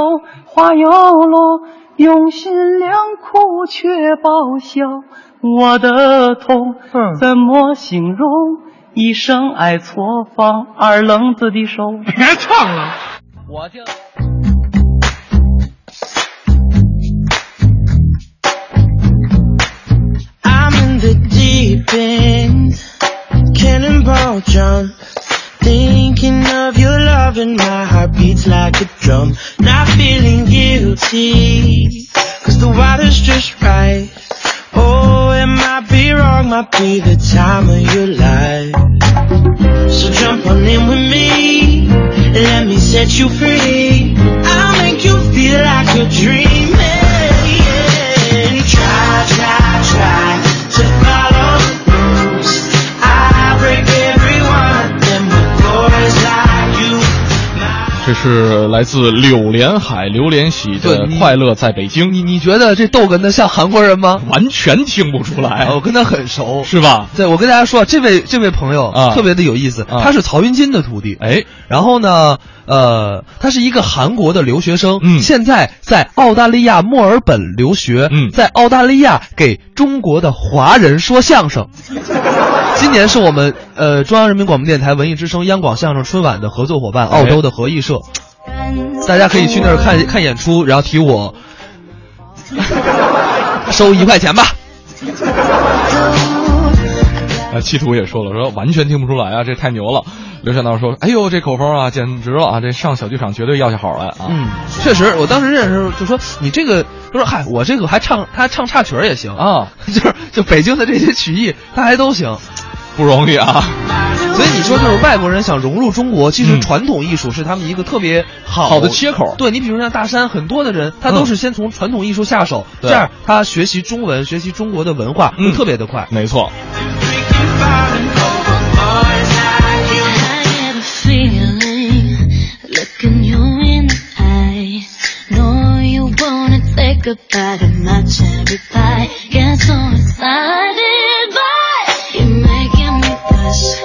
Speaker 11: 花又落，用心良苦却报销。我的痛怎么形容？一生爱错放二愣子的手。别唱了。
Speaker 13: 我就
Speaker 15: I'm in the deep end, cannonball jump. Thinking of your love and my heart beats like a drum. Not feeling guilty, cause the water's just right. Oh, it might be wrong, might be the time of your life. So jump on in with me, and let me set you free. I'll make you feel like you're dreaming. Try, try, try to follow the rules. I break every one of them with boys like you.
Speaker 2: 这是来自柳连海、刘连喜的《快乐在北京》。
Speaker 1: 你你觉得这逗哏的像韩国人吗？
Speaker 2: 完全听不出来，
Speaker 1: 我跟他很熟，
Speaker 2: 哎是吧？
Speaker 1: 对，我跟大家说，啊这位这位朋友
Speaker 2: 啊
Speaker 1: 特别的有意思，
Speaker 2: 啊
Speaker 1: 他是曹云金的徒弟，
Speaker 2: 哎，
Speaker 1: 然后呢，呃，他是一个韩国的留学生，
Speaker 2: 嗯
Speaker 1: 现在在澳大利亚墨尔本留学，
Speaker 2: 嗯
Speaker 1: 在澳大利亚给中国的华人说相声。今年是我们呃中央人民广播电台文艺之声央广相声春晚的合作伙伴，
Speaker 2: 哎
Speaker 1: 澳洲的合艺社，大家可以去那儿看看演出，然后提我收一块钱吧。
Speaker 2: 呃，七图也说了，说完全听不出来啊，这太牛了。刘向道说，哎呦，这口风啊，简直了啊，这上小剧场绝对要起好来啊。
Speaker 1: 嗯，确实，我当时认识就说你这个，他说嗨，我这个还唱他唱插曲儿也行
Speaker 2: 啊，
Speaker 1: 就是就北京的这些曲艺，他还都行，
Speaker 2: 不容易啊。
Speaker 1: 所以你说就是外国人想融入中国，其实传统艺术是他们一个特别好
Speaker 2: 嗯好的切口嗯
Speaker 1: 对你比如像大山，很多的人他都是先从传统艺术下手，这样他学习中文、学习中国的文化会特别的快。
Speaker 2: 嗯没错，
Speaker 16: I had a feeling, looking you in the eye. Know you wanna take a bite of my cherry pie. Get so excited, but you're making me blush.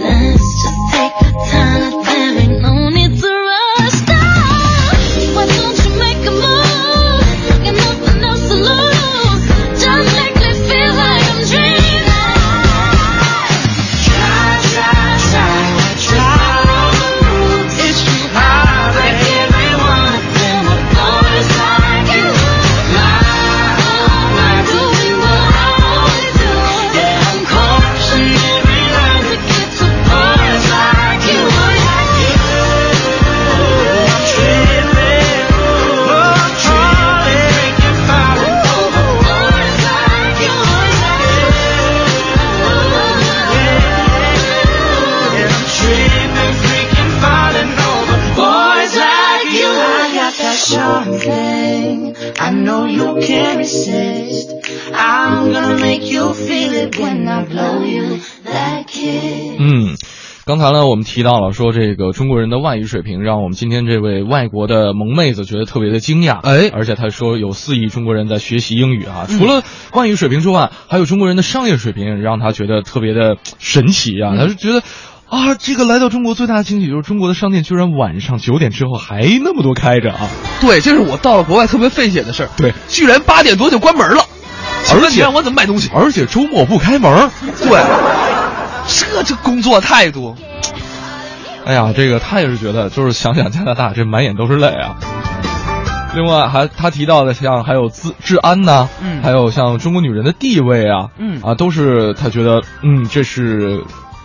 Speaker 16: Let's just take our time, there ain't no need to rush. Now, why don't you make a move? Got nothing else to lose. Just make me feel like I'm dreaming.
Speaker 15: Try, try, try, try the rules. It's too hard, break every one of them with boys like you. My, oh my, doing what I wanna do. Yeah, I'm cautionary line to get to boys like you. I'm tripping, oh, I'm trying, breaking fire over boys like you.
Speaker 16: Boys like you.
Speaker 15: I got that charm thing. I know you can't resist. I'm gonna make you feel it when I blow you that kiss.
Speaker 2: 嗯，刚才呢，我们提到了说这个中国人的外语水平，让我们今天这位外国的萌妹子觉得特别的惊讶。哎，而且她说有四亿中国人在学习英语啊，
Speaker 1: 嗯
Speaker 2: 除了外语水平之外，还有中国人的商业水平，让她觉得特别的神奇
Speaker 1: 嗯
Speaker 2: 啊，她就觉得。啊，这个来到中国最大的惊喜就是中国的商店居然晚上九点之后还那么多开着啊！
Speaker 1: 对，这是我到了国外特别费解的事儿。
Speaker 2: 对，
Speaker 1: 居然八点多就关门了，请
Speaker 2: 而
Speaker 1: 问你
Speaker 2: 且
Speaker 1: 让我怎么买东西？
Speaker 2: 而且周末不开门。
Speaker 1: 对，这这工作态度，
Speaker 2: 哎呀，这个他也是觉得，就是想想加拿大，这满眼都是泪啊。另外还他提到的像还有治治安呐、
Speaker 1: 嗯
Speaker 2: 还有像中国女人的地位啊，
Speaker 1: 嗯
Speaker 2: 啊，都是他觉得，嗯，这是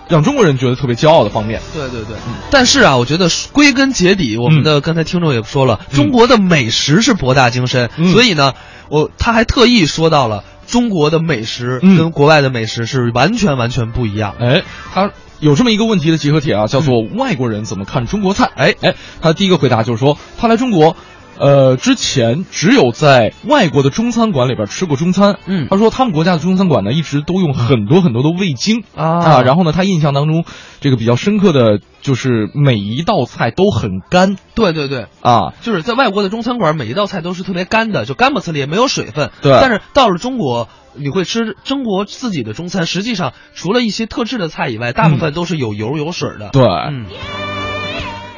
Speaker 2: 让中国人觉得特别骄傲的方面。
Speaker 1: 对对对。
Speaker 2: 嗯
Speaker 1: 但是啊，我觉得归根结底，我们的刚才听众也说了，
Speaker 2: 嗯
Speaker 1: 中国的美食是博大精深，所以呢，我他还特意说到了中国的美食
Speaker 2: 嗯
Speaker 1: 跟国外的美食是完全完全不一样。
Speaker 2: 哎，他有这么一个问题的集合体啊，叫
Speaker 1: 嗯
Speaker 2: 做外国人怎么看中国菜？哎哎，他第一个回答就是说，他来中国。呃，之前只有在外国的中餐馆里边吃过中餐。
Speaker 1: 嗯，
Speaker 2: 他说他们国家的中餐馆呢，一直都用很多很多的味精
Speaker 1: 啊
Speaker 2: 然后呢，他印象当中这个比较深刻的就是每一道菜都很干
Speaker 1: 对对对，
Speaker 2: 啊。
Speaker 1: 就是在外国的中餐馆，每一道菜都是特别干的，就干巴呲咧，没有水分。
Speaker 2: 对
Speaker 1: 但是到了中国，你会吃中国自己的中餐，实际上除了一些特制的菜以外，大部分都是有油有水的。
Speaker 2: 嗯对，
Speaker 1: 嗯，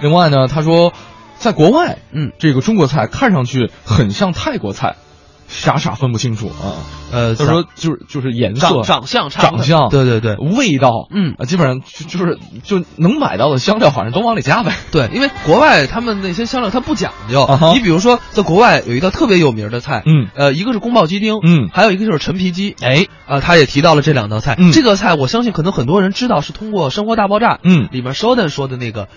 Speaker 2: 另外呢，他说，在国外，
Speaker 1: 嗯，
Speaker 2: 这个中国菜看上去很像泰国菜，傻傻分不清楚啊。
Speaker 1: 呃
Speaker 2: 他说就是就是颜色、
Speaker 1: 长长相差不
Speaker 2: 长
Speaker 1: 多
Speaker 2: 相，
Speaker 1: 对对对，
Speaker 2: 味道，啊
Speaker 1: 嗯，
Speaker 2: 基本上就就是就能买到的香料，反正都往里加呗。
Speaker 1: 对，因为国外他们那些香料它不讲究。
Speaker 2: 啊哈
Speaker 1: 你比如说，在国外有一道特别有名的菜，
Speaker 2: 嗯，
Speaker 1: 呃，一个是宫保鸡丁，
Speaker 2: 嗯，
Speaker 1: 还有一个就是陈皮鸡。
Speaker 2: 哎，
Speaker 1: 啊，他也提到了这两道菜。
Speaker 2: 嗯
Speaker 1: 这个菜我相信可能很多人知道，是通过《生活大爆炸》
Speaker 2: 嗯
Speaker 1: 里面 Sheldon 说的那个，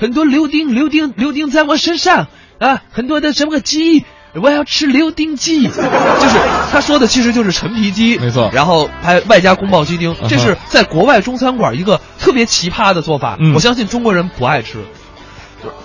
Speaker 1: 很多柳丁，柳丁，柳丁在我身上啊，很多的什么鸡。我要吃柳丁鸡， 就是他说的，其实就是陈皮鸡，没
Speaker 2: 错。
Speaker 1: 然后还外加宫保鸡丁，这
Speaker 2: 嗯
Speaker 1: 是
Speaker 2: 哼
Speaker 1: 在国外中餐馆一个特别奇葩的做法。
Speaker 2: 嗯
Speaker 1: 我相信中国人不爱吃。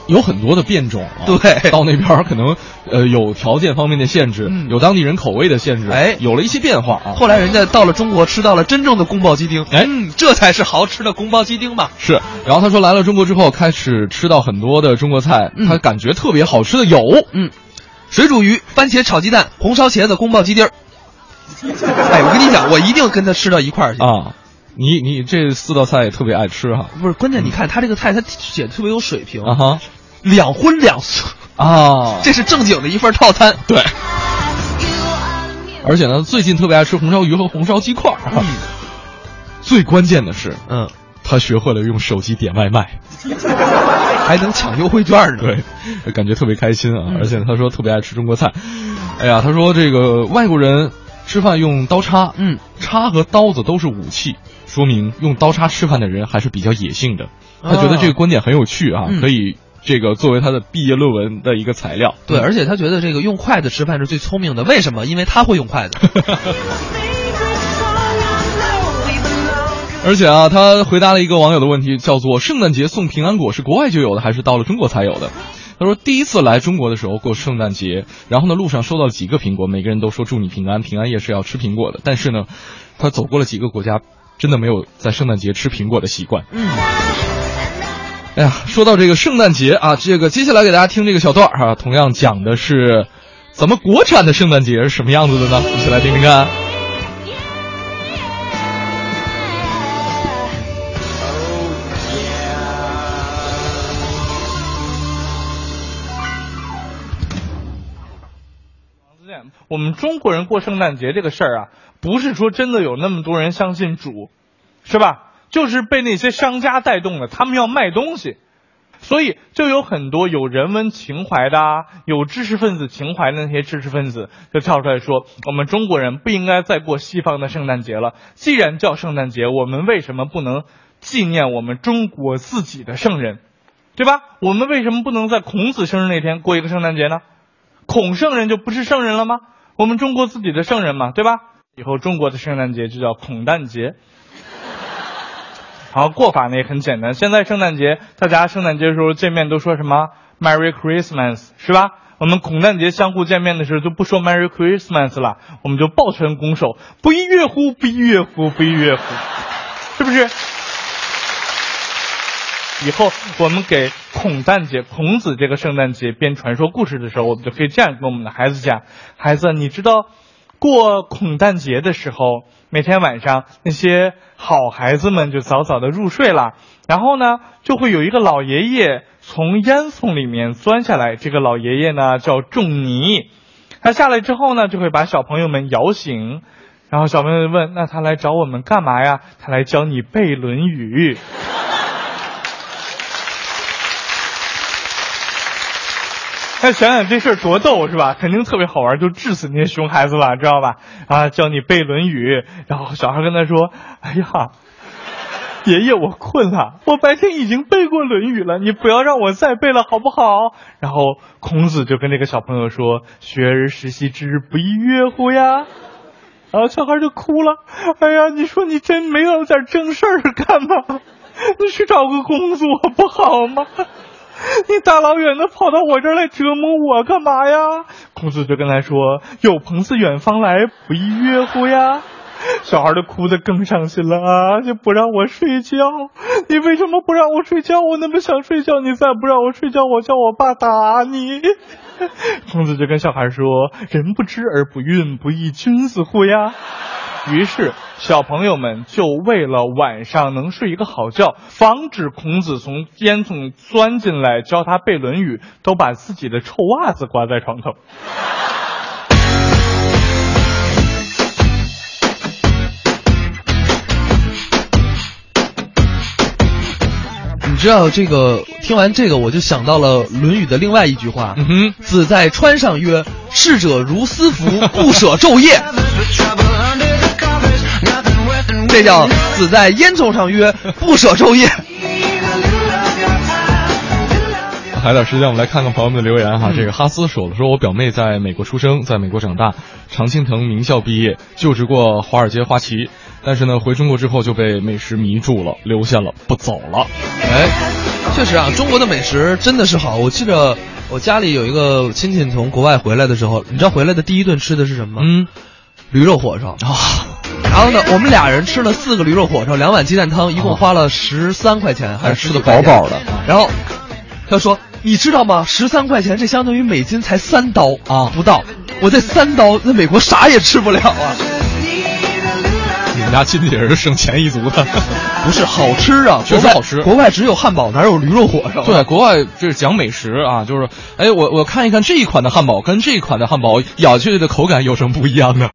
Speaker 2: 有很多的变种、啊，
Speaker 1: 对，嗯
Speaker 2: 到那边儿可能呃有条件方面的限制，有当地人口味的限制，哎，有了一些变化啊。
Speaker 1: 后来人家到了中国，吃到了真正的宫保鸡丁，哎，嗯，这才是好吃的宫保鸡丁嘛。
Speaker 2: 是，然后他说来了中国之后，开始吃到很多的中国菜，他感觉特别好吃的有，
Speaker 1: 嗯，水煮鱼、番茄炒鸡蛋、红烧茄子、宫保鸡丁儿。 哎，我跟你讲，我一定跟他吃到一块儿去。
Speaker 2: 啊，你你这四道菜也特别爱吃哈、
Speaker 1: 不是，关键你看他这个菜，他写的特别有水平
Speaker 2: 啊哈，
Speaker 1: 两荤两素
Speaker 2: 啊，
Speaker 1: 这是正经的一份套餐。
Speaker 2: 对。而且呢，最近特别爱吃红烧鱼和红烧鸡块儿、啊最关键的是，
Speaker 1: 嗯，
Speaker 2: 他学会了用手机点外 卖，
Speaker 1: 还能抢优惠券呢。
Speaker 2: 对，感觉特别开心啊！
Speaker 1: 嗯
Speaker 2: 而且他说特别爱吃中国菜，哎呀，他说这个外国人吃饭用刀叉，
Speaker 1: 嗯，
Speaker 2: 叉和刀子都是武器，说明用刀叉吃饭的人还是比较野性的。他觉得这个观点很有趣啊，
Speaker 1: 哦嗯
Speaker 2: 可以这个作为他的毕业论文的一个材料。嗯
Speaker 1: 对，而且他觉得这个用筷子吃饭是最聪明的，为什么？因为他会用筷子。
Speaker 2: 而且啊，他回答了一个网友的问题，叫做“圣诞节送平安果是国外就有的，还是到了中国才有的？”他说，第一次来中国的时候过圣诞节，然后呢，路上收到了几个苹果，每个人都说祝你平安，平安夜是要吃苹果的。但是呢，他走过了几个国家，真的没有在圣诞节吃苹果的习惯。
Speaker 1: 嗯。
Speaker 2: 哎呀，说到这个圣诞节啊，这个接下来给大家听这个小段儿啊，同样讲的是咱们国产的圣诞节是什么样子的呢？一起来听听啊看。
Speaker 10: 我们中国人过圣诞节这个事儿啊，不是说真的有那么多人相信主，是吧？就是被那些商家带动的，他们要卖东西，所以就有很多有人文情怀的、啊、有知识分子情怀的那些知识分子就跳出来说，我们中国人不应该再过西方的圣诞节了。既然叫圣诞节，我们为什么不能纪念我们中国自己的圣人，对吧？我们为什么不能在孔子生日那天过一个圣诞节呢？孔圣人就不是圣人了吗？我们中国自己的圣人嘛，对吧？以后中国的圣诞节就叫孔诞节。 然后过法呢也很简单，现在圣诞节大家圣诞节的时候见面都说什么 “Merry Christmas” 是吧？我们孔诞节相互见面的时候就不说 “Merry Christmas” 了，我们就抱拳拱手，不亦乐乎，不亦乐乎，不亦乐乎，是不是？以后我们给孔诞节、孔子这个圣诞节编传说故事的时候，我们就可以这样跟我们的孩子讲：孩子，你知道过孔诞节的时候，每天晚上那些好孩子们就早早的入睡了，然后呢，就会有一个老爷爷从烟囱里面钻下来，这个老爷爷呢叫仲尼。他下来之后呢，就会把小朋友们摇醒，然后小朋友问：“那他来找我们干嘛呀？”他来教你背《论语》。 那想想这事儿多逗是吧？肯定特别好玩，就治死那些熊孩子吧，知道吧？啊，教你背《论语》，然后小孩跟他说：“哎呀，爷爷，我困了，我白天已经背过《论语》了，你不要让我再背了，好不好？”然后孔子就跟这个小朋友说：“学而时习之，不亦说乎呀？”然后小孩就哭了。哎呀，你说你真没有点正事儿干吗？你去找个工作不好吗？你大老远的跑到我这儿来折磨我干嘛呀？孔子就跟他说：“有朋自远方来，不亦说乎呀？” 小孩儿都哭得更伤心了啊！就不让我睡觉，你为什么不让我睡觉？我那么想睡觉，你再不让我睡觉，我叫我爸打你。 孔子就跟小孩说：“人不知而不愠，不亦君子乎呀？”于是，小朋友们就为了晚上能睡一个好觉，防止孔子从烟囱钻进来教他背《论语》，都把自己的臭袜子挂在床头。
Speaker 1: 你知道这个？听完这个，我就想到了《论语》的另外一句话：“嗯、子在川上曰：‘逝者如斯夫，不舍昼夜。’这叫子在烟囱上曰：‘不舍昼夜。’
Speaker 2: 还有点时间，我们来看看朋友们的留言哈。这个哈斯说了，说我表妹在美国出生，在美国长大，常青藤名校毕业，就职过华尔街花旗，但是呢，回中国之后就被美食迷住了，留下了不走了。
Speaker 1: 哎，确实啊，中国的美食真的是好。我记着我家里有一个亲戚从国外回来的时候，你知道回来的第一顿吃的是什么吗？嗯，驴肉火烧。
Speaker 2: 啊
Speaker 1: 然后呢，我们俩人吃了四个驴肉火烧，两碗鸡蛋汤，一共花了十三块钱，还是
Speaker 2: 哎吃得
Speaker 1: 19块钱
Speaker 2: 饱饱的。
Speaker 1: 然后他说：“你知道吗？十三块钱这相当于美金才三刀啊，不到。我这三刀，在美国啥也吃不了啊。”
Speaker 2: 你们家亲戚也是省钱一族的，
Speaker 1: 不是好吃啊，
Speaker 2: 确实
Speaker 1: 国外
Speaker 2: 好吃。
Speaker 1: 国外只有汉堡，哪有驴肉火烧啊？
Speaker 2: 对，国外就是讲美食啊，就是哎，我我看一看这一款的汉堡跟这一款的汉堡咬下去的口感有什么不一样呢？